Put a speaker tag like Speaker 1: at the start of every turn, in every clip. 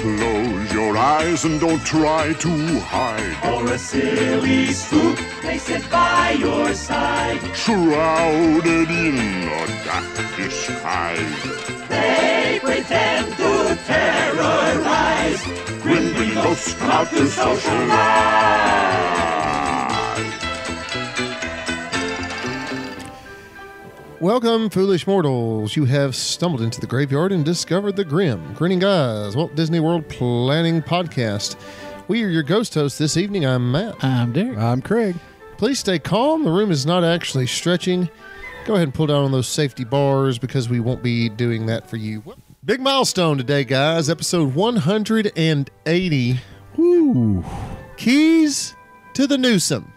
Speaker 1: Close your eyes and don't try to hide.
Speaker 2: Or a silly spook, they sit by your side.
Speaker 1: Shrouded in a dark disguise.
Speaker 2: They pretend to terrorize.
Speaker 1: Grim green ghosts come out to socialize.
Speaker 3: Welcome, foolish mortals. You have stumbled into the graveyard and discovered the grim, grinning guys, Walt Disney World Planning Podcast. We are your ghost hosts this evening. I'm Matt.
Speaker 4: I'm Um, Derek.
Speaker 5: I'm Craig.
Speaker 3: Please stay calm. The room is not actually stretching. Go ahead and pull down on those safety bars because we won't be doing that for you. Big milestone today, guys. Episode 180.
Speaker 5: Woo!
Speaker 3: Keys to the Newsome.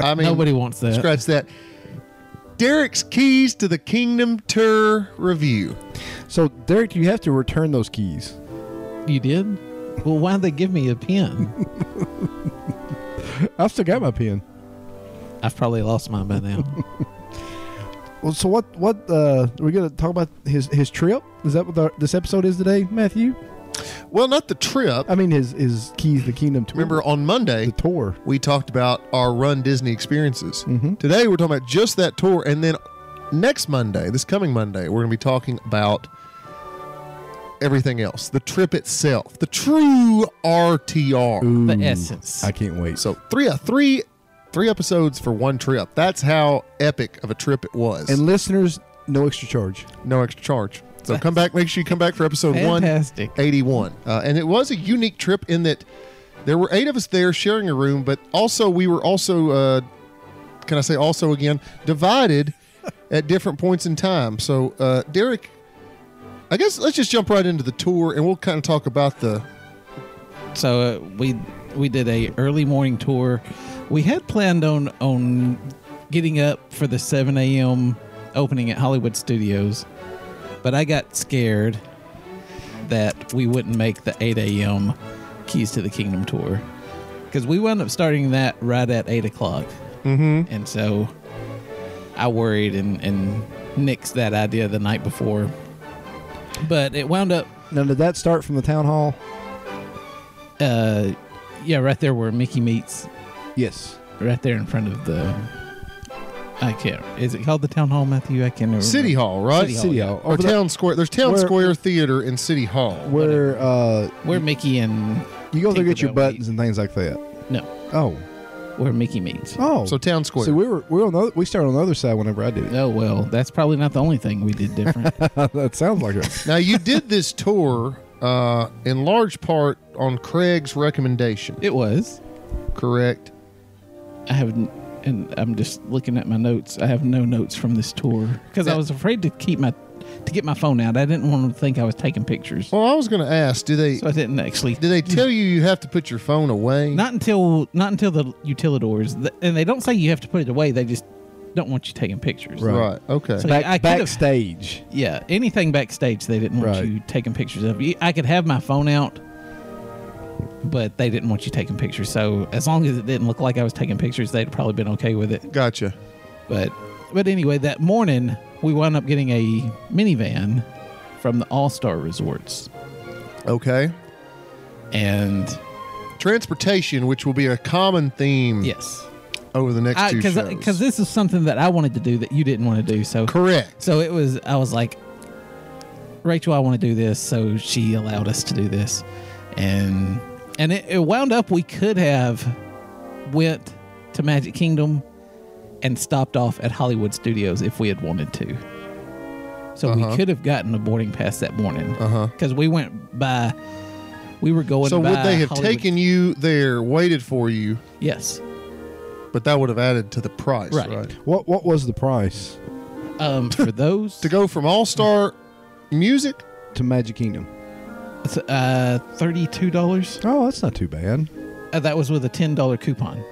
Speaker 3: I mean,
Speaker 4: Nobody wants that.
Speaker 3: Scratch that. Derek's Keys to the Kingdom Tour review.
Speaker 5: So, Derek, you have to return those keys.
Speaker 4: You did? Well, why'd they give me a pen?
Speaker 5: I've still got my pen.
Speaker 4: I've probably lost mine by now.
Speaker 5: Well, so what? What uh, are we going to talk about? His his trip? Is that what the, this episode is today, Matthew?
Speaker 3: Well, not the trip.
Speaker 5: I mean, his his keys, to the kingdom tour.
Speaker 3: Remember on Monday,
Speaker 5: the tour?
Speaker 3: we talked about our Run Disney experiences. Today, we're talking about just that tour. And then next Monday, this coming Monday, we're going to be talking about everything else the trip itself, the true RTR.
Speaker 4: the essence.
Speaker 5: I can't wait.
Speaker 3: So, three, uh, three, three episodes for one trip. That's how epic of a trip it was.
Speaker 5: and listeners, no extra charge.
Speaker 3: no extra charge. So come back. Make sure you come back for episode
Speaker 4: Fantastic.
Speaker 3: 181. Uh, and it was a unique trip in that there were eight of us there sharing a room, but also we were also, uh, can I say also again, divided at different points in time. So, uh, Derek, I guess let's just jump right into the tour and we'll kind of talk about the.
Speaker 4: So uh, we we did a early morning tour. We had planned on on getting up for the 7 a.m. opening at Hollywood Studios, but I got scared that we wouldn't make the 8 a.m. Keys to the Kingdom tour because we wound up starting that right at 8 o'clock, mm-hmm. and so I worried and and nixed that idea the night before. But it wound up
Speaker 5: Now, did that start from the town hall?
Speaker 4: uh yeah right there where mickey meets
Speaker 5: Yes.
Speaker 4: right there in front of the i can't is it called the town hall matthew i can't remember
Speaker 3: City Hall, right?
Speaker 4: City Hall,
Speaker 5: City Hall.
Speaker 3: Or
Speaker 5: Over the-
Speaker 3: Town Square. There's Town
Speaker 5: Where-
Speaker 3: Square Theater and City Hall.
Speaker 5: Where uh,
Speaker 4: where mickey and
Speaker 5: you go there get your
Speaker 4: Tinkerbell
Speaker 5: buttons and things like that.
Speaker 4: no
Speaker 5: Oh.
Speaker 4: where mickey meets
Speaker 5: Oh.
Speaker 3: So Town Square.
Speaker 5: So we were we were on the other, we started on the other side whenever I did it.
Speaker 4: oh well that's probably not the only thing we did different
Speaker 5: that sounds like it.
Speaker 3: Now you did this tour uh, in large part on Craig's recommendation,
Speaker 4: it was
Speaker 3: correct?
Speaker 4: i haven't and i'm just looking at my notes i have no notes from this tour because i
Speaker 3: That-
Speaker 4: was afraid to keep my to get my phone out i didn't want them to think i was taking pictures
Speaker 3: Well, I was going to ask, do they
Speaker 4: so i didn't actually
Speaker 3: do they tell you you have to put your phone away?
Speaker 4: Not until not until the utilidors, Th- and they don't say you have to put it away. They just don't want you taking pictures.
Speaker 3: right.
Speaker 5: Right.
Speaker 3: Okay.
Speaker 4: So-
Speaker 5: Back,
Speaker 4: I could've-
Speaker 5: backstage.
Speaker 4: Yeah. Anything backstage, they didn't want
Speaker 5: Right.
Speaker 4: you taking pictures of. You- I could have my phone out, but they didn't want you taking pictures. So as long as it didn't look like I was taking pictures, they'd probably been okay with it.
Speaker 3: gotcha.
Speaker 4: But but anyway, that morning we wound up getting a minivan from the All Star Resorts,
Speaker 3: Okay.
Speaker 4: and
Speaker 3: Hmm. Transportation, which will be a common theme
Speaker 4: yes,
Speaker 3: over the next two
Speaker 4: because
Speaker 3: shows.
Speaker 4: because uh, this is something that I wanted to do that you didn't want to do. So
Speaker 3: correct.
Speaker 4: So it was, I was like, Rachel, I want to do this. So she allowed us to do this. And, and it, it wound up, we could have went to Magic Kingdom and stopped off at Hollywood Studios if we had wanted to. So
Speaker 3: Uh-huh.
Speaker 4: we could have gotten a boarding pass that morning
Speaker 3: Uh-huh.
Speaker 4: because we went by, we were going.
Speaker 3: So would
Speaker 4: by
Speaker 3: they have
Speaker 4: Hollywood-
Speaker 3: taken you there, waited for you,
Speaker 4: Yes.
Speaker 3: but that would have added to the price, right?
Speaker 4: Right.
Speaker 5: What what was the price
Speaker 4: Um, for those,
Speaker 3: To go from All Star Music,
Speaker 5: to Magic Kingdom?
Speaker 4: it's, uh, thirty-two dollars.
Speaker 5: Oh, that's not too bad.
Speaker 4: Uh, that was with a ten-dollar coupon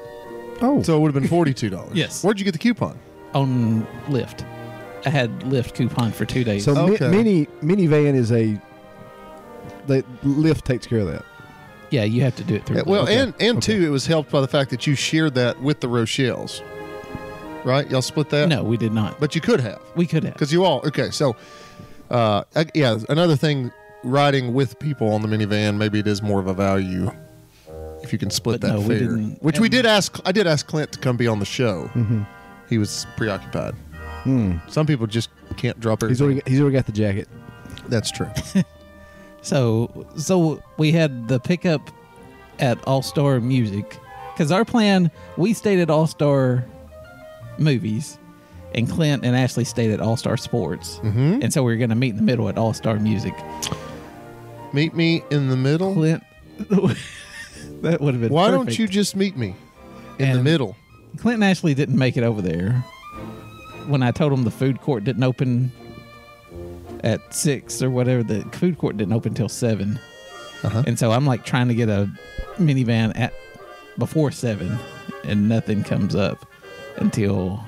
Speaker 5: Oh,
Speaker 3: so it would have been forty two dollars.
Speaker 4: Yes.
Speaker 3: Where'd you get the coupon?
Speaker 4: on Lyft. I had Lyft coupon for two days.
Speaker 5: so mi-
Speaker 3: okay.
Speaker 5: mini minivan is a the lift takes care of that.
Speaker 4: yeah, you have to do it through.
Speaker 3: Yeah, well,
Speaker 4: Lyft.
Speaker 3: and and
Speaker 5: Okay.
Speaker 3: two, it was helped by the fact that you shared that with the Rochelles, right? Y'all split that.
Speaker 4: no, we did not.
Speaker 3: uh, but you could have
Speaker 4: we could have.
Speaker 3: because you all okay. So, uh, I- yeah, another thing riding with people on the minivan, maybe it is more of a value if you can split
Speaker 4: But
Speaker 3: that
Speaker 4: no, we
Speaker 3: fare.
Speaker 4: didn't.
Speaker 3: Which we
Speaker 4: And-
Speaker 3: did ask. I did ask Clint to come be on the show.
Speaker 5: Mm-hmm.
Speaker 3: He was preoccupied. Some people just can't drop
Speaker 5: Hmm. He's
Speaker 3: everything.
Speaker 5: already he's already got the jacket.
Speaker 3: That's true.
Speaker 4: So so we had the pickup at All Star Music because our plan we stayed at All Star Movies, and Clint and Ashley stayed at All Star Sports, mm-hmm. and so we were going to meet in the middle at All Star Music.
Speaker 3: meet me in the middle.
Speaker 4: Clint, that would have been.
Speaker 3: Why
Speaker 4: perfect.
Speaker 3: don't you just meet me in the
Speaker 4: And-
Speaker 3: middle?
Speaker 4: Clint and Ashley didn't make it over there. When I told them the food court didn't open at six or whatever, the food court didn't open till 7
Speaker 3: Uh-huh.
Speaker 4: And so I'm like trying to get a minivan at before seven, and nothing comes up until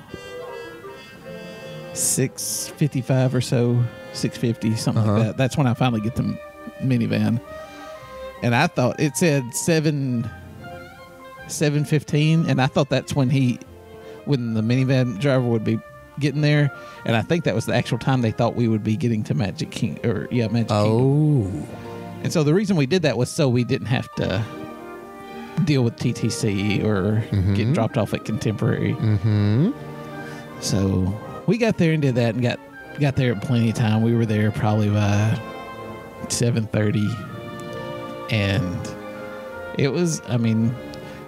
Speaker 4: six fifty-five or so, six fifty something like that. That's when I finally get the minivan, and I thought it said seven seven fifteen, and I thought that's when he, when the minivan driver would be getting there, and I think that was the actual time they thought we would be getting to Magic King or yeah Magic Kingdom.
Speaker 3: Oh,
Speaker 4: And so the reason we did that was so we didn't have to deal with TTC or
Speaker 3: Mm-hmm.
Speaker 4: get dropped off at Contemporary. Mm-hmm. So we got there and did that and got got there at plenty of time. We were there probably by seven thirty, and it was. I mean,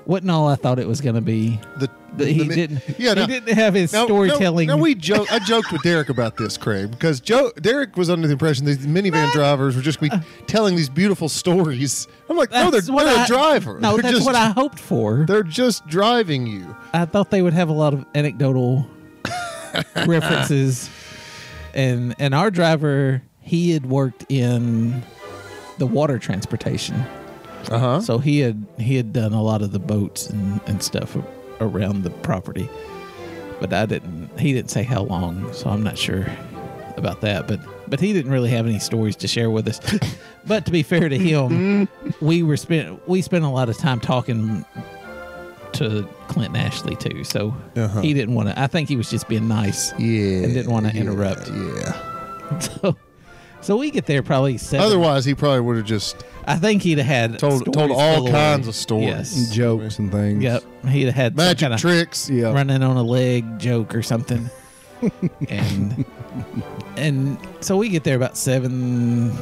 Speaker 4: wasn't all I thought it was going to be.
Speaker 3: the,
Speaker 4: But he
Speaker 3: the mi-
Speaker 4: didn't.
Speaker 3: Yeah,
Speaker 4: he
Speaker 3: no.
Speaker 4: didn't have his
Speaker 3: No,
Speaker 4: storytelling.
Speaker 3: No, no, we joke. I joked with Derek about this, Craig, because Joe Derek was under the impression these minivan drivers were just gonna be telling these beautiful stories. I'm like, no, they're,
Speaker 4: That's what
Speaker 3: they're
Speaker 4: I-
Speaker 3: a driver.
Speaker 4: No,
Speaker 3: they're
Speaker 4: that's
Speaker 3: just,
Speaker 4: what I hoped for.
Speaker 3: They're just driving you.
Speaker 4: I thought they would have a lot of anecdotal references. And and our driver, he had worked in the water transportation.
Speaker 3: Uh huh.
Speaker 4: So he had he had done a lot of the boats and, and stuff a- around the property, but I didn't. He didn't say how long, so I'm not sure about that. But but he didn't really have any stories to share with us. but to be fair to him, we were spent we spent a lot of time talking to Clint and Ashley too. So
Speaker 3: Uh-huh.
Speaker 4: he didn't want to. I think he was just being nice.
Speaker 3: Yeah.
Speaker 4: And didn't wanna
Speaker 3: yeah,
Speaker 4: interrupt.
Speaker 3: Yeah.
Speaker 4: So so we get there probably seven.
Speaker 3: Otherwise, he probably would have just
Speaker 4: I think he'd have had
Speaker 3: told told
Speaker 4: stories
Speaker 3: all
Speaker 4: galore.
Speaker 3: kinds of stories,
Speaker 4: Yes.
Speaker 5: Jokes and things.
Speaker 4: Yep, he'd have had some
Speaker 3: magic
Speaker 4: kinda-
Speaker 3: tricks.
Speaker 5: Yeah.
Speaker 4: running on a leg joke or something. and and so we get there about 7.30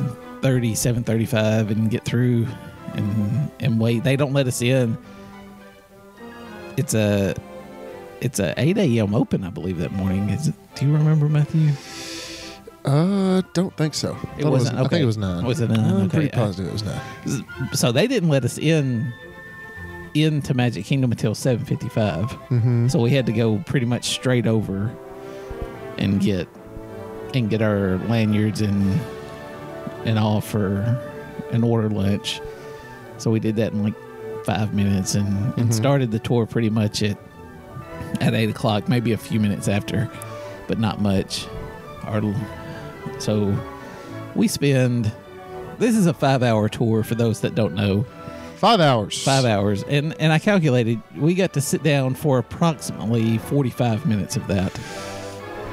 Speaker 4: 7.35 and get through and and wait they don't let us in it's a it's a 8 a.m open i believe that morning is it, do you remember matthew
Speaker 3: Uh, don't think so. Thought
Speaker 4: it wasn't
Speaker 3: I
Speaker 4: okay.
Speaker 3: think it was nine.
Speaker 4: was it nine?
Speaker 3: Uh, I'm
Speaker 4: okay.
Speaker 3: pretty positive it was nine.
Speaker 4: so they didn't let us in into Magic Kingdom until 7:55.
Speaker 3: Mm-hmm.
Speaker 4: So we had to go pretty much straight over and get and get our lanyards and and all for and order lunch. So we did that in like five minutes and, and started the tour pretty much at at eight o'clock, maybe a few minutes after, but not much. Our, so we spend this is a five hour tour for those that don't know
Speaker 3: Five hours.
Speaker 4: five hours and and i calculated we got to sit down for approximately 45 minutes of that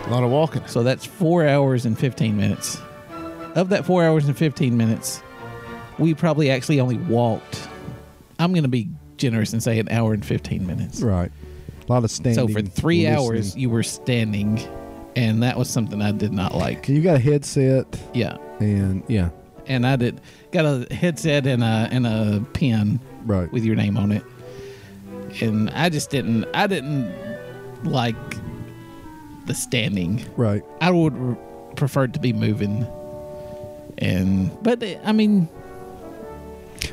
Speaker 3: A lot of walking.
Speaker 4: so that's four hours and 15 minutes of that four hours and 15 minutes we probably actually only walked i'm gonna be generous and say an hour and 15 minutes
Speaker 5: Right. A lot of standing.
Speaker 4: so for three
Speaker 5: listening.
Speaker 4: hours you were standing and that was something i did not like
Speaker 5: You got a headset
Speaker 4: yeah
Speaker 5: and yeah.
Speaker 4: and i did got a headset and a and a pen
Speaker 5: Right.
Speaker 4: with your name on it. And I just didn't I didn't like the standing.
Speaker 5: right.
Speaker 4: I would r- preferred to be moving. And but eh, I mean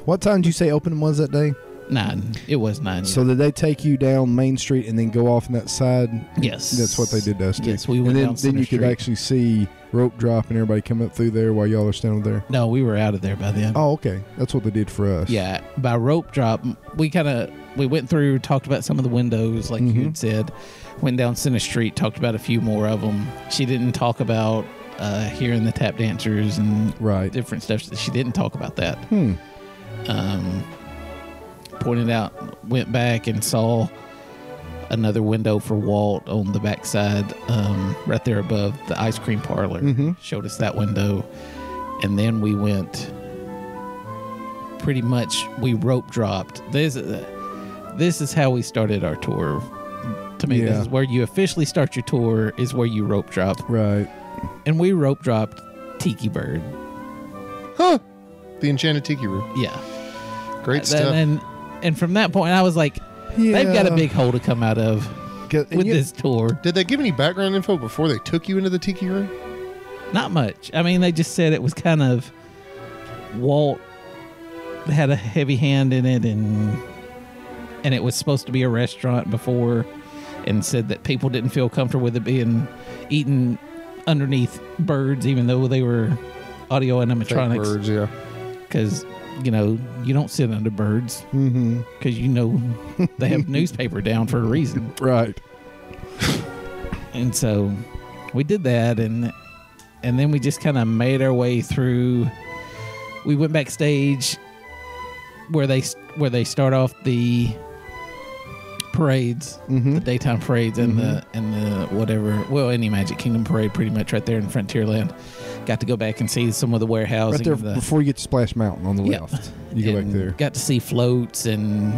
Speaker 5: What time did you say open was that day?
Speaker 4: nine. It was nine.
Speaker 5: So did they take you down Main Street and then go off on that side?
Speaker 4: yes,
Speaker 5: That's what they did to us. too.
Speaker 4: Yes, we went
Speaker 5: and then,
Speaker 4: down
Speaker 5: then
Speaker 4: Center
Speaker 5: you could
Speaker 4: Street.
Speaker 5: actually see rope drop and everybody come up through there while y'all are standing there.
Speaker 4: No, we were out of there by then.
Speaker 5: Oh, okay. That's what they did for us.
Speaker 4: Yeah, by rope drop, we kind of we went through, talked about some of the windows, like
Speaker 5: Mm-hmm.
Speaker 4: you had said. Went down Center Street, talked about a few more of them. She didn't talk about uh, hearing the tap dancers and
Speaker 5: Right.
Speaker 4: different stuff. She didn't talk about that.
Speaker 5: Hmm.
Speaker 4: Um, pointed out, went back and saw another window for Walt on the backside, um, right there above the ice cream parlor.
Speaker 5: Mhm.
Speaker 4: Showed us that window, and then we went. Pretty much, we rope dropped. This, uh, this is how we started our tour. To me, this
Speaker 5: Yeah.
Speaker 4: is where you officially start your tour. Is where you rope drop,
Speaker 5: Right.
Speaker 4: and we rope dropped Tiki Bird.
Speaker 3: The Enchanted Tiki Room.
Speaker 4: Yeah,
Speaker 3: Great
Speaker 4: and,
Speaker 3: stuff.
Speaker 4: and and from that point, I was like, they've got a
Speaker 5: Yeah.
Speaker 4: big hole to come out of
Speaker 5: Get- and
Speaker 4: with
Speaker 5: you-
Speaker 4: this tour.
Speaker 3: Did they give any background info before they took you into the Tiki Room?
Speaker 4: Not much. I mean, they just said it was kind of Walt had a heavy hand in it, and and it was supposed to be a restaurant before, and said that people didn't feel comfortable with it being eaten underneath birds, even though they were audio
Speaker 3: Fake
Speaker 4: animatronics.
Speaker 3: Birds, yeah.
Speaker 4: Because you know you don't sit under birds
Speaker 5: mm-hmm.
Speaker 4: because you know they have newspaper down for a reason.
Speaker 5: Right.
Speaker 4: and so we did that and and then we just kind of made our way through we went backstage where they where they start off the parades
Speaker 5: Mm-hmm.
Speaker 4: the daytime parades and the and the whatever well any magic kingdom parade pretty much right there in frontierland got to go back and see some of the warehousing
Speaker 5: Right there
Speaker 4: of the,
Speaker 5: before you get to Splash Mountain on the
Speaker 4: Yeah.
Speaker 5: left. You go back
Speaker 4: and
Speaker 5: there.
Speaker 4: got to see floats and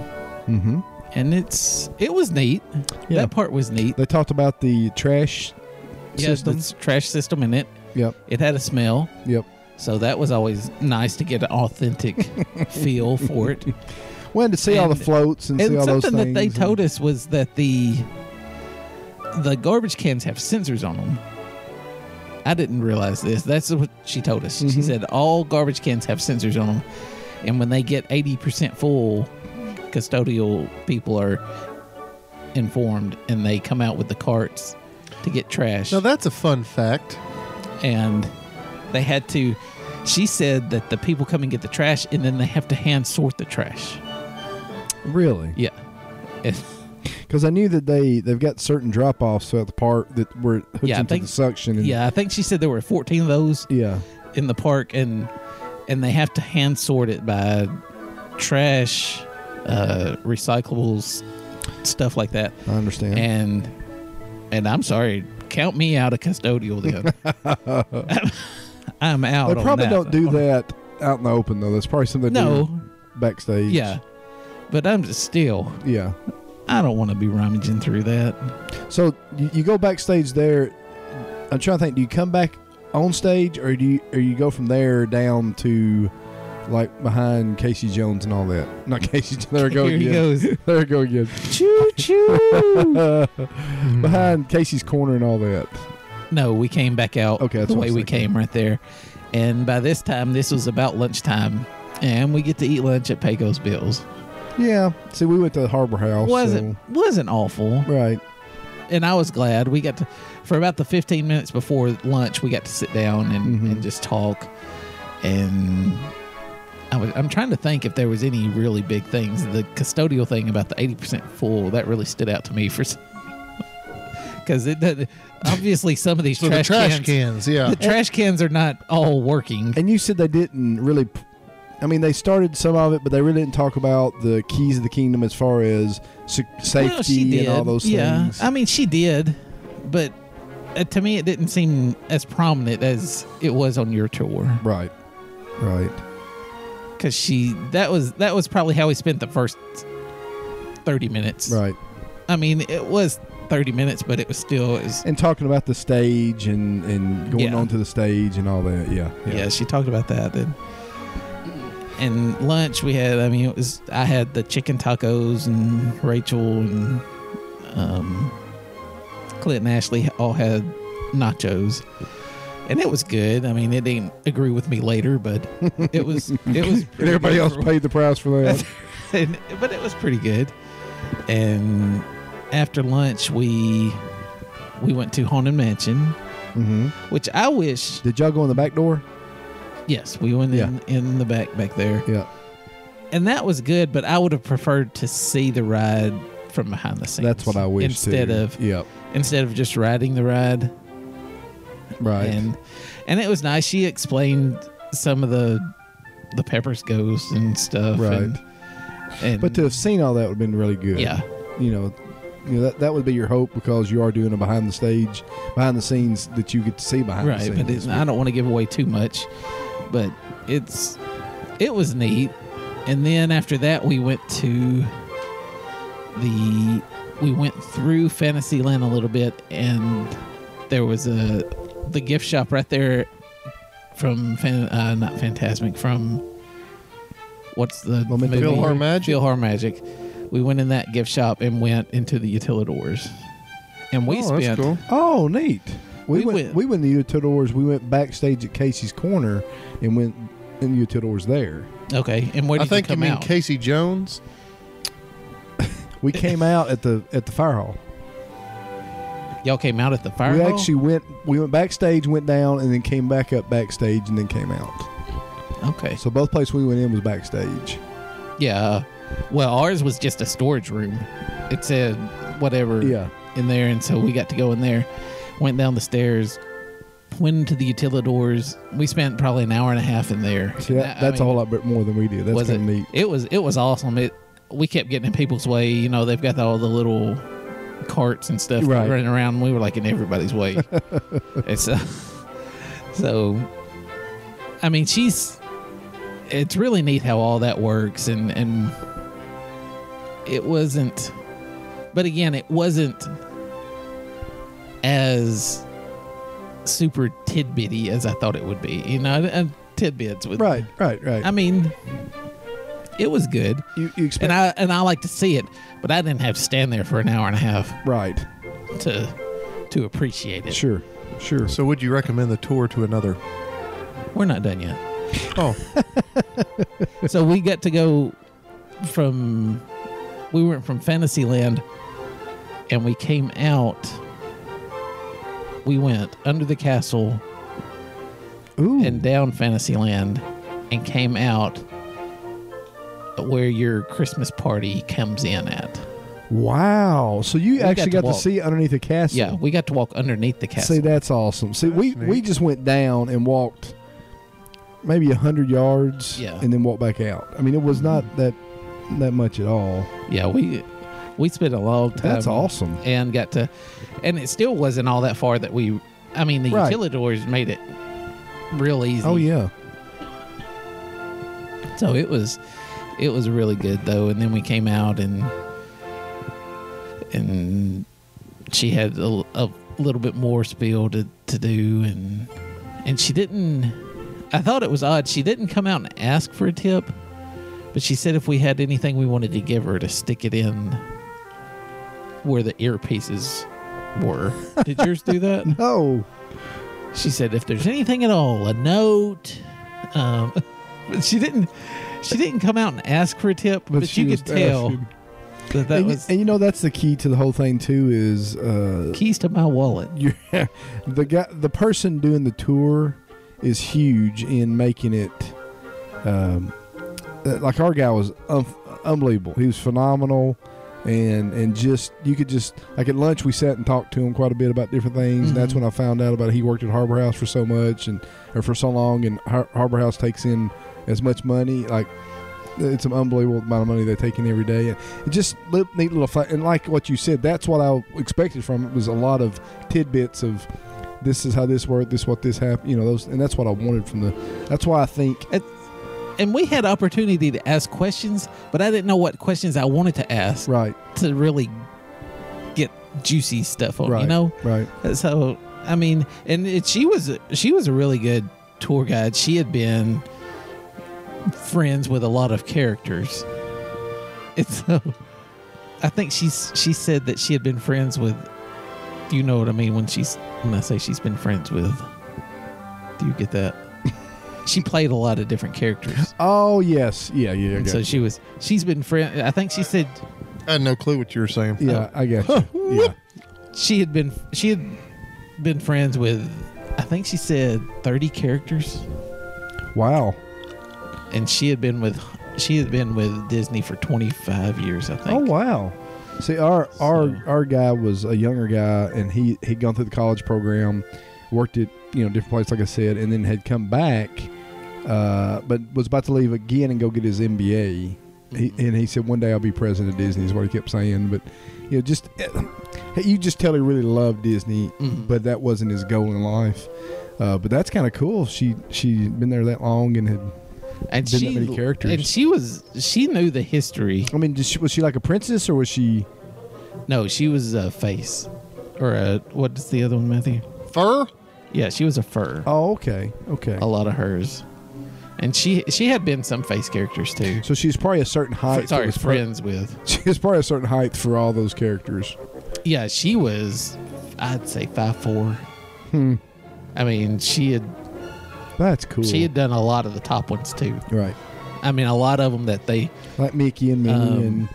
Speaker 5: Mm-hmm.
Speaker 4: and it's it was neat
Speaker 5: Yeah.
Speaker 4: that part was neat
Speaker 5: They talked about the trash
Speaker 4: yeah,
Speaker 5: system.
Speaker 4: the trash system in it
Speaker 5: Yep.
Speaker 4: it had a smell
Speaker 5: Yep.
Speaker 4: So that was always nice to get an authentic feel for it.
Speaker 5: Wanted to see all the
Speaker 4: And-
Speaker 5: floats and,
Speaker 4: And
Speaker 5: see all those
Speaker 4: something
Speaker 5: things.
Speaker 4: that they
Speaker 5: and-
Speaker 4: told us was that the the garbage cans have sensors on them. I didn't realize this. That's what she told us. She
Speaker 5: Mhm.
Speaker 4: said all garbage cans have sensors on them, and when they get eighty percent full, custodial people are informed, and they come out with the carts to get trash.
Speaker 3: Now, that's a fun fact.
Speaker 4: and they had to she said that the people come and get the trash and then they have to hand sort the trash
Speaker 5: Really?
Speaker 4: yeah And-
Speaker 5: Because I knew that they they've got certain drop offs throughout the park that were hooked
Speaker 4: Yeah, I
Speaker 5: into
Speaker 4: think-
Speaker 5: the suction. And,
Speaker 4: yeah i think she said there were 14 of those
Speaker 5: Yeah.
Speaker 4: in the park and and they have to hand sort it by trash uh recyclables stuff like that
Speaker 5: I understand.
Speaker 4: and and i'm sorry count me out of custodial then i'm out
Speaker 5: they
Speaker 4: on
Speaker 5: probably
Speaker 4: that.
Speaker 5: don't do that out in the open though. That's probably something they
Speaker 4: no
Speaker 5: do backstage.
Speaker 4: yeah but i'm just still
Speaker 5: Yeah.
Speaker 4: I don't want to be rummaging through that.
Speaker 5: So you, you go backstage there. I'm trying to think. Do you come back on stage, or do you or you go from there down to like behind Casey Jones and all that? Not Casey. There I go
Speaker 4: Here
Speaker 5: again.
Speaker 4: he goes.
Speaker 5: There I go again. Uh,
Speaker 4: choo choo.
Speaker 3: Mm.
Speaker 5: behind Casey's corner and all that.
Speaker 4: No, we came back out
Speaker 5: Okay, that's
Speaker 4: the
Speaker 5: what I
Speaker 4: way
Speaker 5: was
Speaker 4: we
Speaker 5: thinking.
Speaker 4: came right there. And by this time, this was about lunchtime. And we get to eat lunch at Pecos Bills.
Speaker 5: Yeah. See, we went to the Harbor House.
Speaker 4: wasn't wasn't awful,
Speaker 5: so- right.
Speaker 4: and I was glad we got to. For about the fifteen minutes before lunch, we got to sit down and,
Speaker 5: Mhm.
Speaker 4: and just talk. And I was, I'm trying to think if there was any really big things. The custodial thing about the eighty percent full that really stood out to me for because it doesn't- obviously some of these
Speaker 3: So
Speaker 4: trash,
Speaker 3: the trash
Speaker 4: cans,
Speaker 3: cans, yeah.
Speaker 4: the trash cans are not all working.
Speaker 5: And you said they didn't really. p- I mean, they started some of it, but they really didn't talk about the keys of the kingdom as far as se-
Speaker 4: Well, she
Speaker 5: safety and all
Speaker 4: did.
Speaker 5: those
Speaker 4: yeah.
Speaker 5: things.
Speaker 4: I mean, she did, but uh, to me, it didn't seem as prominent as it was on your tour
Speaker 5: right. Right.
Speaker 4: because she that was that was probably how we spent the first thirty minutes.
Speaker 5: Right.
Speaker 4: I mean, it was thirty minutes, but it was still it was,
Speaker 5: and talking about the stage and and going
Speaker 4: Yeah.
Speaker 5: on to the stage and all that. Yeah,
Speaker 4: yeah. She talked about that and. And lunch we had. I mean, it was I had the chicken tacos and Rachel and um, Clint and Ashley all had nachos, and it was good. I mean, they didn't agree with me later, but it was it was.
Speaker 5: And everybody else paid the price for that.
Speaker 4: and, but it was pretty good. And after lunch, we we went to Haunted Mansion,
Speaker 5: hmm
Speaker 4: which I wish.
Speaker 5: Did y'all go in the back door?
Speaker 4: Yes, we went in in the back back there,
Speaker 5: Yeah,
Speaker 4: and that was good. But I would have preferred to see the ride from behind the scenes.
Speaker 5: that's what I wish.
Speaker 4: Instead
Speaker 5: too.
Speaker 4: of
Speaker 5: yeah,
Speaker 4: instead of just riding the ride,
Speaker 5: right.
Speaker 4: and and it was nice. She explained some of the the Peppers ghosts and stuff,
Speaker 5: Right.
Speaker 4: And, and
Speaker 5: but to have seen all that would have been really good.
Speaker 4: yeah,
Speaker 5: you know, you know that that would be your hope because you are doing a behind the stage, behind the scenes that you get to see behind
Speaker 4: right.
Speaker 5: the scenes.
Speaker 4: But it's, I don't want to give away too much. but it's it was neat. And then after that, we went to the we went through Fantasyland a little bit, and there was a the gift shop right there from Fan, uh, not Fantasmic from what's the
Speaker 5: Momentum.
Speaker 4: movie?
Speaker 3: Philhar Magic?
Speaker 4: Philhar Magic. We went in that gift shop and went into the utilidors, and we
Speaker 3: oh,
Speaker 4: spent
Speaker 3: that's cool.
Speaker 5: Oh, neat. We,
Speaker 4: We
Speaker 5: went,
Speaker 4: went-
Speaker 5: We went to Utadors. We went backstage at Casey's Corner and went in Utadors there.
Speaker 4: okay. And where did
Speaker 3: I think
Speaker 4: you
Speaker 3: you
Speaker 4: come
Speaker 3: mean
Speaker 4: out?
Speaker 3: Casey Jones.
Speaker 5: We came out at the at the fire hall.
Speaker 4: Y'all came out at the fire.
Speaker 5: we
Speaker 4: hall?
Speaker 5: actually went we went backstage, went down, and then came back up backstage, and then came out.
Speaker 4: okay.
Speaker 5: So both places we went in was backstage.
Speaker 4: Yeah. uh, Well, ours was just a storage room. It said whatever
Speaker 5: Yeah.
Speaker 4: in there, and so we got to go in there. Went down the stairs, went into the utilidors. We spent probably an hour and a half in there.
Speaker 5: See, that,
Speaker 4: I
Speaker 5: that's a
Speaker 4: mean,
Speaker 5: whole lot bit more than we did. That's
Speaker 4: was it?
Speaker 5: kind of neat.
Speaker 4: It was it was awesome. It we kept getting in people's way. You know, they've got all the little carts and stuff
Speaker 5: Right.
Speaker 4: running around. We were like in everybody's way. it's uh, so. I mean, she's. It's really neat how all that works, and and it wasn't. But again, it wasn't as super tidbitty as I thought it would be. You know, and- and tidbits with
Speaker 5: Right, right, right.
Speaker 4: I mean, it was good,
Speaker 5: you, you expect
Speaker 4: and I and I like to see it, but I didn't have to stand there for an hour and a half
Speaker 5: right?
Speaker 4: to to appreciate it.
Speaker 5: Sure, sure.
Speaker 3: So, would you recommend the tour to another?
Speaker 4: We're not done yet,
Speaker 3: Oh,
Speaker 4: so we got to go from we went from Fantasyland, and we came out. We went under the castle
Speaker 5: Ooh,
Speaker 4: and down Fantasyland, and came out where your Christmas party comes in at.
Speaker 5: wow! So you
Speaker 4: got
Speaker 5: actually
Speaker 4: to
Speaker 5: got to,
Speaker 4: walk.
Speaker 5: see underneath the castle.
Speaker 4: Yeah, we got to walk underneath the castle.
Speaker 5: See, that's awesome. See, we
Speaker 3: That's neat.
Speaker 5: we just went down and walked maybe a hundred yards,
Speaker 4: Yeah. Mm-hmm.
Speaker 5: and then walked back out. I mean, it was not that that much at all.
Speaker 4: Yeah, we we spent a long time.
Speaker 5: That's awesome.
Speaker 4: Um, And got to, and it still wasn't all that far that we. I mean, the
Speaker 5: Right.
Speaker 4: utilidors made it real easy.
Speaker 5: Oh yeah,
Speaker 4: So it was, it was really good though. And then we came out and and she had a, a little bit more spiel to to do and and she didn't. I thought it was odd. She didn't come out and ask for a tip, but she said if we had anything we wanted to give her to stick it in where the earpieces were. Did yours do that?
Speaker 5: Oh,
Speaker 4: She said, "If there's anything at all, a note." Um, but she didn't. She didn't come out and ask for a tip, but,
Speaker 5: she
Speaker 4: you
Speaker 5: was
Speaker 4: could tell
Speaker 5: asking.
Speaker 4: that that
Speaker 5: and, you-
Speaker 4: was
Speaker 5: and you know that's the key to the whole thing too is uh,
Speaker 4: keys to my wallet.
Speaker 5: you the guy the person doing the tour is huge in making it um, uh, like our guy was un- unbelievable he was phenomenal and and just you could just like at lunch we sat and talked to him quite a bit about different things and that's
Speaker 4: Mhm.
Speaker 5: when i found out about he worked at harbor house for so much and or for so long and Har- harbor house takes in as much money like it's an unbelievable amount of money they take in every day and it just li- neat little fa- and like what you said that's what i expected from it was a lot of tidbits of this is how this worked this what this happened you know those and that's what i wanted from the that's why i think
Speaker 4: And we had opportunity to ask questions, but I didn't know what questions I wanted to ask
Speaker 5: right
Speaker 4: to really get juicy stuff on.
Speaker 5: right
Speaker 4: You know,
Speaker 5: right
Speaker 4: so I mean, and it, she was she was a really good tour guide. She had been friends with a lot of characters, and so I think she's she said that she had been friends with. Do you know what I mean when she's when I say she's been friends with? Do you get that? she played a lot of different characters,
Speaker 5: oh yes yeah yeah I
Speaker 4: and
Speaker 5: got
Speaker 4: so
Speaker 5: you.
Speaker 4: she was she's been friend. I think she said
Speaker 3: I had no clue what you were saying.
Speaker 4: uh,
Speaker 5: yeah i got you yeah
Speaker 4: she had been she had been friends with I think she said 30 characters
Speaker 5: wow
Speaker 4: and she had been with she had been with Disney for 25 years I
Speaker 5: oh
Speaker 4: think.
Speaker 5: wow see our our
Speaker 4: So-
Speaker 5: our guy was a younger guy and he he'd gone through the college program worked at you know different places like i said and then had come back uh, but was about to leave again and go get his mba he, and he said one day i'll be president of disney is what he kept saying but you know just you just tell he really loved disney
Speaker 4: Mhm.
Speaker 5: but that wasn't his goal in life Uh, but that's kind of cool. She she'd been there that long and had.
Speaker 4: and
Speaker 5: Been
Speaker 4: she
Speaker 5: that many characters.
Speaker 4: and she was she knew the history.
Speaker 5: I mean, did she, was she like a princess or was she?
Speaker 4: No, she was a face, or a what's the other one, Matthew?
Speaker 3: Fur?
Speaker 4: Yeah, she was a fur.
Speaker 5: Oh, okay, okay.
Speaker 4: A lot of hers, and she she had been some face characters too.
Speaker 5: So she's probably a certain height. that
Speaker 4: Sorry,
Speaker 5: was pro-
Speaker 4: friends with.
Speaker 5: She was probably a certain height for all those characters.
Speaker 4: Yeah, she was. I'd say five four.
Speaker 5: Hmm.
Speaker 4: I mean, she had
Speaker 5: That's cool.
Speaker 4: she had done a lot of the top ones too.
Speaker 5: right,
Speaker 4: I mean, a lot of them that they
Speaker 5: like Mickey and me
Speaker 4: Um, uh,
Speaker 5: and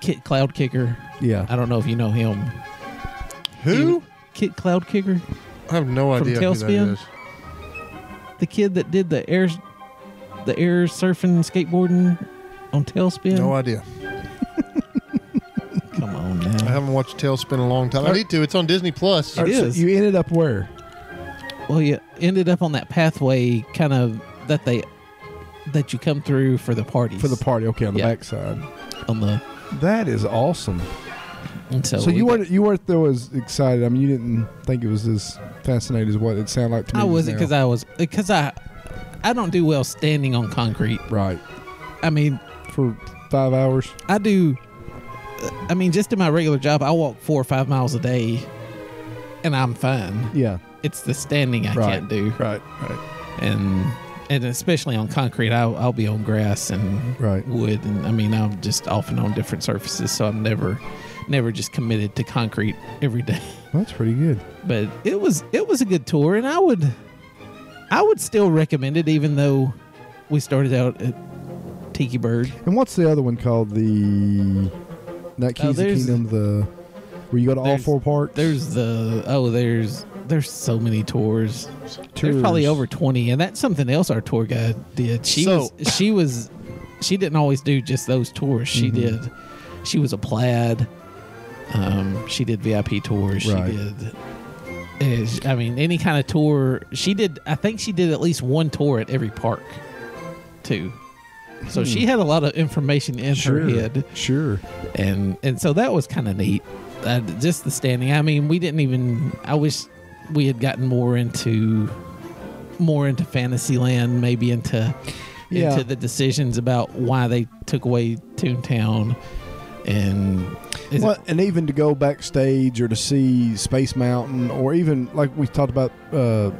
Speaker 4: Kit Cloud Kicker.
Speaker 5: yeah.
Speaker 4: I don't know if you know him.
Speaker 3: Who?
Speaker 4: Kit Cloud Kicker,
Speaker 3: I have no
Speaker 4: From
Speaker 3: idea. who that
Speaker 4: Tailspin?
Speaker 3: is.
Speaker 4: the kid that did the air, the air surfing, skateboarding on Tailspin.
Speaker 3: No idea.
Speaker 4: Come on
Speaker 3: I
Speaker 4: now.
Speaker 3: haven't watched Tailspin in a long time. I need to. It's on Disney Plus.
Speaker 5: All right,
Speaker 4: is.
Speaker 5: So you ended up where?
Speaker 4: Well, you ended up on that pathway, kind of that they that you come through for the parties
Speaker 5: For the party, okay, on the
Speaker 4: Yeah.
Speaker 5: backside.
Speaker 4: on the.
Speaker 5: That is awesome.
Speaker 4: And so,
Speaker 5: so
Speaker 4: we
Speaker 5: you
Speaker 4: got-
Speaker 5: weren't you weren't though as excited. I mean, you didn't think it was as fascinating as what it sounded like to me.
Speaker 4: I
Speaker 5: just
Speaker 4: wasn't
Speaker 5: now.
Speaker 4: because I was because I I don't do well standing on concrete.
Speaker 5: right
Speaker 4: I mean,
Speaker 5: for five hours.
Speaker 4: I do. I mean, just in my regular job, I walk four or five miles a day, and I'm fine.
Speaker 5: Yeah,
Speaker 4: It's the standing I
Speaker 5: Right.
Speaker 4: can't do,
Speaker 5: right, right,
Speaker 4: and and especially on concrete, I'll, I'll be on grass and
Speaker 5: right.
Speaker 4: wood, and I mean, I'm just off and on different surfaces, so I'm never never just committed to concrete every day.
Speaker 5: That's pretty good.
Speaker 4: But it was it was a good tour, and I would I would still recommend it, even though we started out at Tiki Bird.
Speaker 5: And what's the other one called? The not Keys of
Speaker 4: Uh, there's-
Speaker 5: Kingdom. The where you go to all
Speaker 4: There's-
Speaker 5: four parks.
Speaker 4: There's the oh, there's there's so many tours. There's
Speaker 5: Tours.
Speaker 4: probably over twenty, and that's something else our tour guide did. She
Speaker 3: So-
Speaker 4: was she was she didn't always do just those tours. She
Speaker 5: Mm-hmm.
Speaker 4: did. She was a plaid. Um, she did VIP tours.
Speaker 5: Right.
Speaker 4: She did. is- I mean, any kind of tour. She did. I think she did at least one tour at every park, too. So she had a lot of information in her head
Speaker 5: Hmm. Sure.
Speaker 4: and and so that was kind of neat uh, just the standing i mean we didn't even i wish we had gotten more into more into fantasyland maybe into
Speaker 5: Yeah.
Speaker 4: into the decisions about why they took away toontown and is
Speaker 5: Well,
Speaker 4: it-
Speaker 5: and even to go backstage or to see Space Mountain or even like we talked about uh,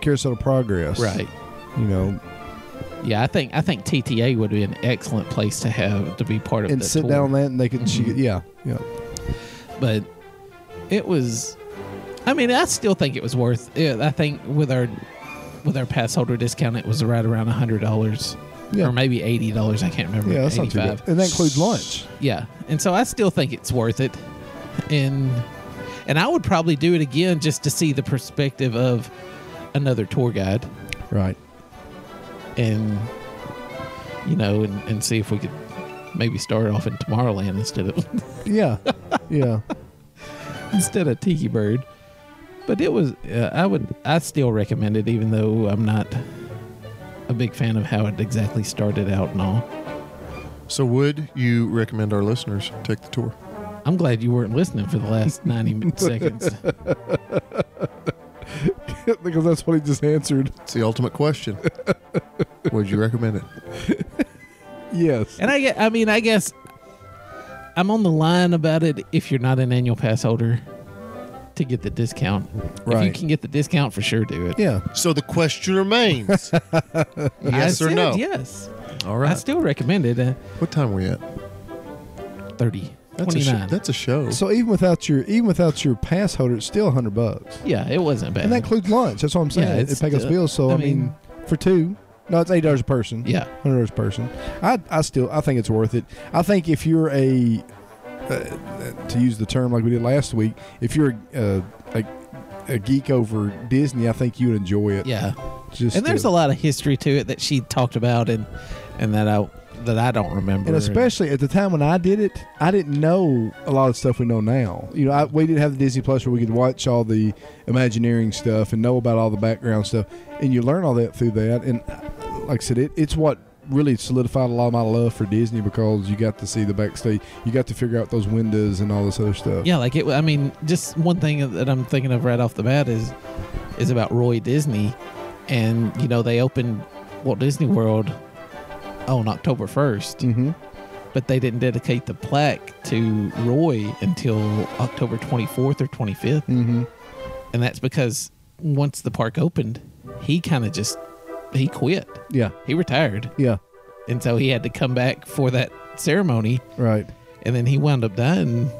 Speaker 5: Carousel of Progress.
Speaker 4: right
Speaker 5: You know,
Speaker 4: yeah i think i think tta would be an excellent place to have to be part of
Speaker 5: and
Speaker 4: the
Speaker 5: sit
Speaker 4: tour. Mm-hmm.
Speaker 5: down that and they could. She could yeah. Yeah.
Speaker 4: but it was i mean i still think it was worth it i think with our with our pass holder discount it was right around a hundred dollars
Speaker 5: Yeah.
Speaker 4: or maybe eighty dollars i can't remember
Speaker 5: Yeah, that's not too bad.
Speaker 4: 85.
Speaker 5: And that includes lunch.
Speaker 4: yeah and so i still think it's worth it and and i would probably do it again just to see the perspective of another tour guide
Speaker 5: Right.
Speaker 4: and you know and, and see if we could maybe start off in tomorrowland instead of
Speaker 5: Yeah. yeah.
Speaker 4: instead of Tiki Bird. But it was, uh, I would, I still recommend it, even though I'm not a big fan of how it exactly started out and all.
Speaker 3: So, would you recommend our listeners take the tour?
Speaker 4: I'm glad you weren't listening for the last 90 min- seconds.
Speaker 5: because that's what he just answered.
Speaker 3: It's the ultimate question. would you recommend it?
Speaker 5: Yes.
Speaker 4: And I, gue- I mean, I guess I'm on the line about it if you're not an annual pass holder to get the discount. If you
Speaker 5: Right.
Speaker 4: can get the discount, for sure, do it.
Speaker 5: Yeah.
Speaker 3: So the question remains: Yes
Speaker 4: I
Speaker 3: or
Speaker 4: said
Speaker 3: no?
Speaker 4: Yes.
Speaker 3: All
Speaker 4: I
Speaker 3: right.
Speaker 4: still recommend it. Uh,
Speaker 3: what time are we at?
Speaker 4: 30,
Speaker 3: That's a,
Speaker 4: 29.
Speaker 3: sh- that's a show.
Speaker 5: So even without your even without your pass holder, it's still hundred bucks.
Speaker 4: yeah, it wasn't bad.
Speaker 5: And that includes lunch. That's what I'm saying.
Speaker 4: Yeah,
Speaker 5: it
Speaker 4: it's
Speaker 5: pays us
Speaker 4: still-
Speaker 5: bills. So
Speaker 4: I
Speaker 5: I mean,
Speaker 4: mean-
Speaker 5: for two, no, it's eight dollars a person.
Speaker 4: yeah.
Speaker 5: hundred dollars a person. I I still I think it's worth it. I think if you're a uh, to use the term like we did last week, if you're a, a, a geek over Disney, I think you would enjoy it.
Speaker 4: Yeah.
Speaker 5: Just
Speaker 4: and there's a
Speaker 5: to-
Speaker 4: lot of history to it that she talked about and and that I that I don't remember.
Speaker 5: and especially at the time when I did it, I didn't know a lot of stuff we know now. You know, I, we didn't have the Disney Plus where we could watch all the Imagineering stuff and know about all the background stuff, and you learn all that through that. And uh, like I said, it, it's what really solidified a lot of my love for Disney because you got to see the backstage, you got to figure out those windows and all this other stuff.
Speaker 4: Yeah, like it. I mean, just one thing that I'm thinking of right off the bat is is about Roy Disney, and you know they opened Walt Disney World on October 1st,
Speaker 5: Mm-hmm.
Speaker 4: but they didn't dedicate the plaque to Roy until October 24th or 25th,
Speaker 5: Mm-hmm.
Speaker 4: and that's because once the park opened, he kind of just he quit,
Speaker 5: Yeah.
Speaker 4: he retired,
Speaker 5: Yeah.
Speaker 4: and so he had to come back for that ceremony,
Speaker 5: Right.
Speaker 4: and then he wound up dying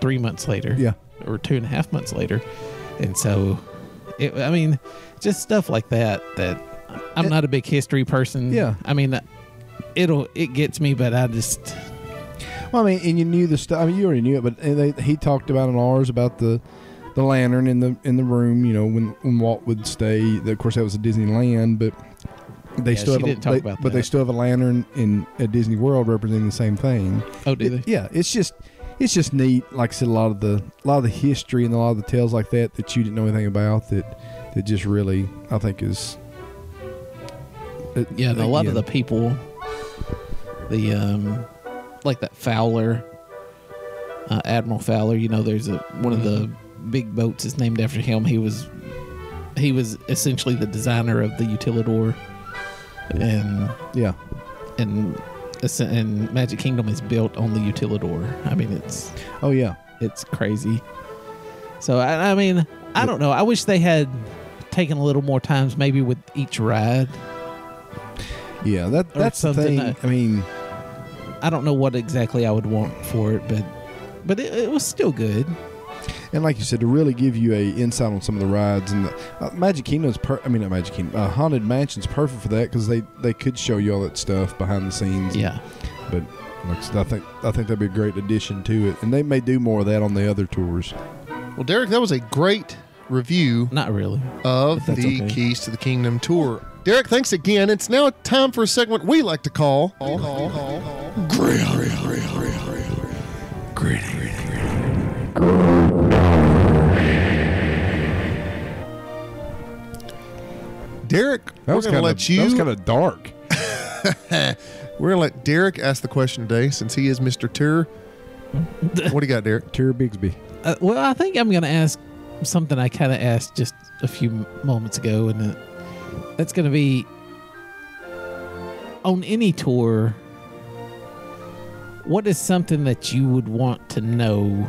Speaker 4: three months later.
Speaker 5: Yeah.
Speaker 4: or two and a half months later. And so, it, I mean, just stuff like that. That I'm not a big history person.
Speaker 5: Yeah.
Speaker 4: I mean, it'll it gets me, but I just
Speaker 5: Well, I mean, and you knew the stuff. I mean, you already knew it, but and they, he talked about in ours about the the lantern in the in the room. You know, when when Walt would stay. Of course, that was at Disneyland, but they
Speaker 4: Yeah,
Speaker 5: still
Speaker 4: she
Speaker 5: have
Speaker 4: didn't
Speaker 5: a,
Speaker 4: talk
Speaker 5: they-
Speaker 4: about
Speaker 5: but they
Speaker 4: that.
Speaker 5: still have a lantern in at Disney World representing the same thing.
Speaker 4: oh, do they?
Speaker 5: It- yeah, it's just it's just neat. Like I said, a lot of the a lot of the history and a lot of the tales like that that you didn't know anything about that that just really I think is it-
Speaker 4: Yeah, and a lot of
Speaker 5: yeah.
Speaker 4: the people, the um, like that Fowler, uh, Admiral Fowler. You know, there's a one of the big boats is named after him. He was he was essentially the designer of the Utilidor, and
Speaker 5: yeah
Speaker 4: and and Magic Kingdom is built on the Utilidor. I mean, it's
Speaker 5: oh yeah
Speaker 4: it's crazy. So I, I mean, I don't know. I wish they had taken a little more times, maybe with each ride.
Speaker 5: yeah that
Speaker 4: Or
Speaker 5: that's the
Speaker 4: something
Speaker 5: thing.
Speaker 4: that-
Speaker 5: I mean,
Speaker 4: I don't know what exactly I would want for it, but but it, it was still good.
Speaker 5: and like you said, to really give you a insight on some of the rides and the uh, Magic Kingdom's. Per- I mean, not Magic Kingdom. Uh, Haunted Mansion's perfect for that because they they could show you all that stuff behind the scenes.
Speaker 4: Yeah,
Speaker 5: but. Like I, said, I think I think that'd be a great addition to it, and they may do more of that on the other tours.
Speaker 3: Well, Derek, that was a great review
Speaker 4: not really.
Speaker 3: of
Speaker 4: That's
Speaker 3: the
Speaker 4: okay.
Speaker 3: Keys to the Kingdom tour. Derek, thanks again. It's now time for a segment we like to call. Derek, we're going to let you.
Speaker 5: of dark.
Speaker 3: We're gonna let Derek ask the question today since he is Mr. Tour. what do you got, Derek?
Speaker 5: Tara Bigsby.
Speaker 4: Uh, well, I think I'm gonna ask something I kind of asked just a few moments ago, and it, that's gonna be on any tour. What is something that you would want to know?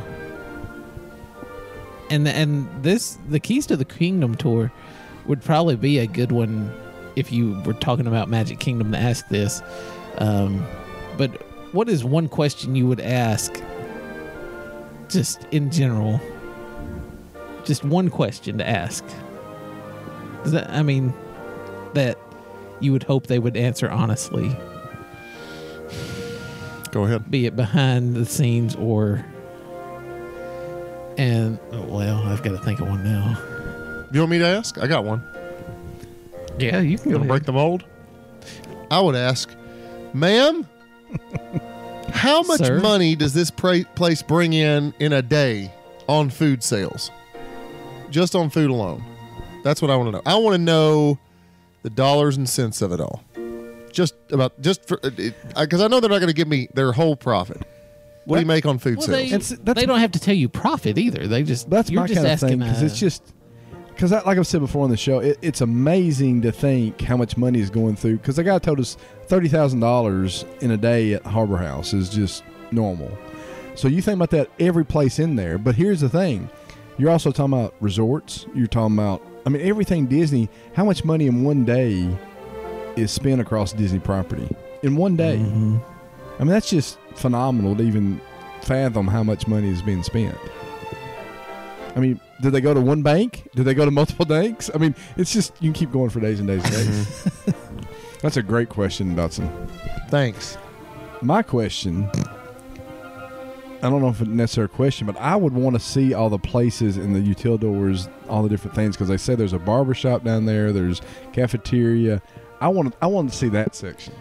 Speaker 4: And and this the keys to the kingdom tour would probably be a good one if you were talking about Magic Kingdom to ask this. Um, but what is one question you would ask just in general just one question to ask Does that, i mean that you would hope they would answer honestly
Speaker 3: Go ahead.
Speaker 4: be it behind the scenes or and oh, well i've got to think of one now
Speaker 3: You want me to ask? I got one.
Speaker 4: yeah you can
Speaker 3: You want to break the mold? I would ask, ma'am, how much
Speaker 4: Sir?
Speaker 3: money does this pra- place bring in in a day on food sales? Just on food alone. That's what I want to know. I want to know the dollars and cents of it all. Just about just for because I know they're not going to give me their whole profit. What do you make on food
Speaker 4: well,
Speaker 3: sales?
Speaker 4: they,
Speaker 5: It's- that's-
Speaker 4: they don't have to tell you profit either they just
Speaker 5: That's
Speaker 4: you're
Speaker 5: my
Speaker 4: just
Speaker 5: kind of
Speaker 4: asking
Speaker 5: thing because
Speaker 4: uh,
Speaker 5: it's just because, like I've said before on the show, it, it's amazing to think how much money is going through. Because the guy told us thirty thousand dollars in a day at Harbor House is just normal. So you think about that every place in there. But here's the thing: you're also talking about resorts. You're talking about, I mean, everything Disney. How much money in one day is spent across Disney property in one day?
Speaker 4: Mm-hmm.
Speaker 5: I mean, that's just phenomenal to even fathom how much money is being spent. I mean, did they go to one bank? Did they go to multiple banks? I mean, it's just you can keep going for days and days and days. That's a great question, Dotson.
Speaker 3: Thanks.
Speaker 5: My question I don't know if it's necessarily a question, but I would want to see all the places in the Utilidors, all the different things, because they say there's a barber shop down there, there's cafeteria. I want to, I want to see that section.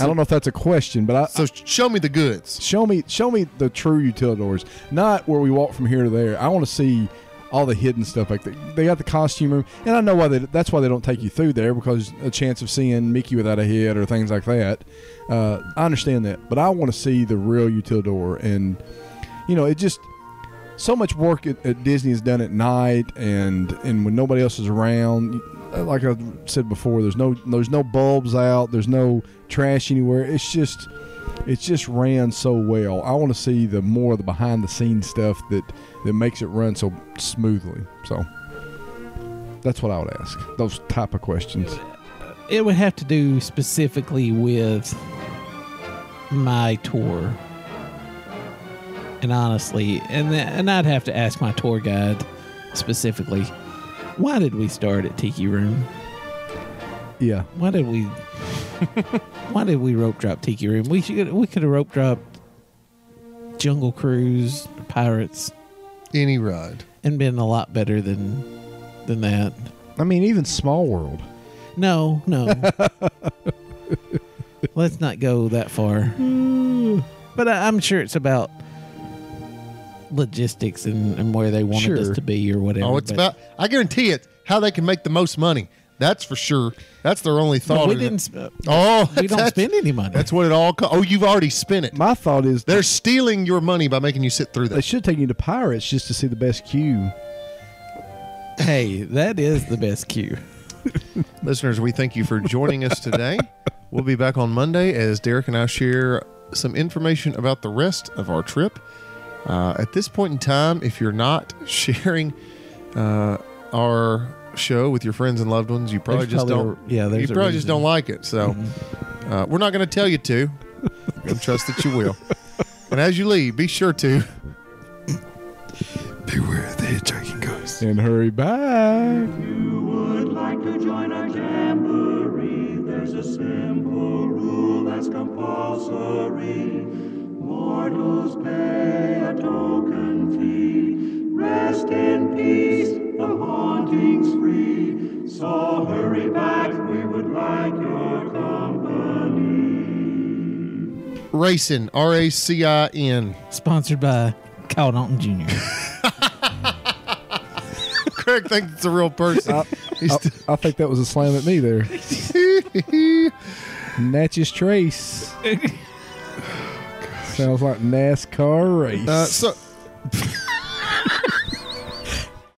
Speaker 5: I don't know if that's a question, but I,
Speaker 3: So show me the goods.
Speaker 5: Show me, show me the true utilidors, not where we walk from here to there. I want to see all the hidden stuff. Like they, they got the costume room, and I know why they, that's why they don't take you through there because a chance of seeing Mickey without a head or things like that. Uh, I understand that, but I want to see the real Utilidor, and you know, it just so much work at, at Disney is done at night and and when nobody else is around. Like I said before, there's no there's no bulbs out, there's no trash anywhere. It's just it's just ran so well. I want to see the more of the behind the scenes stuff that that makes it run so smoothly. So that's what I would ask. Those type of questions.
Speaker 4: It would have to do specifically with my tour. And honestly, and th- and I'd have to ask my tour guide specifically, why did we start at Tiki Room?
Speaker 5: Yeah.
Speaker 4: Why did we? why did we rope drop Tiki Room? We should we could have rope dropped Jungle Cruise, Pirates,
Speaker 3: Any ride.
Speaker 4: and been a lot better than than that.
Speaker 5: I mean, even Small World.
Speaker 4: No, no. Let's not go that far.
Speaker 3: Hmm.
Speaker 4: But I, I'm sure it's about logistics and, and where they wanted
Speaker 5: Sure.
Speaker 4: us to be or whatever.
Speaker 3: Oh, it's
Speaker 4: but-
Speaker 3: about. I guarantee it. How they can make the most money. That's for sure. That's their only
Speaker 4: But
Speaker 3: thought.
Speaker 4: we
Speaker 3: in
Speaker 4: didn't.
Speaker 3: it.
Speaker 4: Sp-
Speaker 3: Oh,
Speaker 4: we don't
Speaker 3: that's-
Speaker 4: spend any money.
Speaker 3: That's what it all. Co- oh, you've already spent it.
Speaker 5: My thought is
Speaker 3: They're stealing your money by making you sit through
Speaker 5: they
Speaker 3: that.
Speaker 5: should take you to Pirates just to see the best queue.
Speaker 4: hey, that is the best cue.
Speaker 3: Listeners, we thank you for joining us today. We'll be back on Monday as Derek and I share some information about the rest of our trip. Uh, at this point in time, if you're not sharing uh, our show with your friends and loved ones, you probably
Speaker 4: There's
Speaker 3: just
Speaker 4: probably
Speaker 3: don't.
Speaker 4: a- yeah,
Speaker 3: you
Speaker 4: there's a
Speaker 3: probably just
Speaker 4: reason.
Speaker 3: don't
Speaker 4: Mm-hmm.
Speaker 3: like it. So uh, we're not going to tell you to. I trust that you will. And as you leave, be sure to.
Speaker 6: Beware the hitchhiking ghost.
Speaker 5: And hurry back.
Speaker 2: you would like to join our jamboree, there's a simple rule that's compulsory. Mortals pay a token fee. Rest in peace, the haunting's free. So hurry back, we would like your company.
Speaker 3: Racing, R A C I N.
Speaker 4: Sponsored by Kyle Dalton Jr.
Speaker 3: Craig thinks it's a real person.
Speaker 4: Uh,
Speaker 3: He's
Speaker 5: I, I think that was a slam at me there. Natchez
Speaker 6: Oh,
Speaker 5: Trace. Sounds like NASCAR race.
Speaker 3: uh, so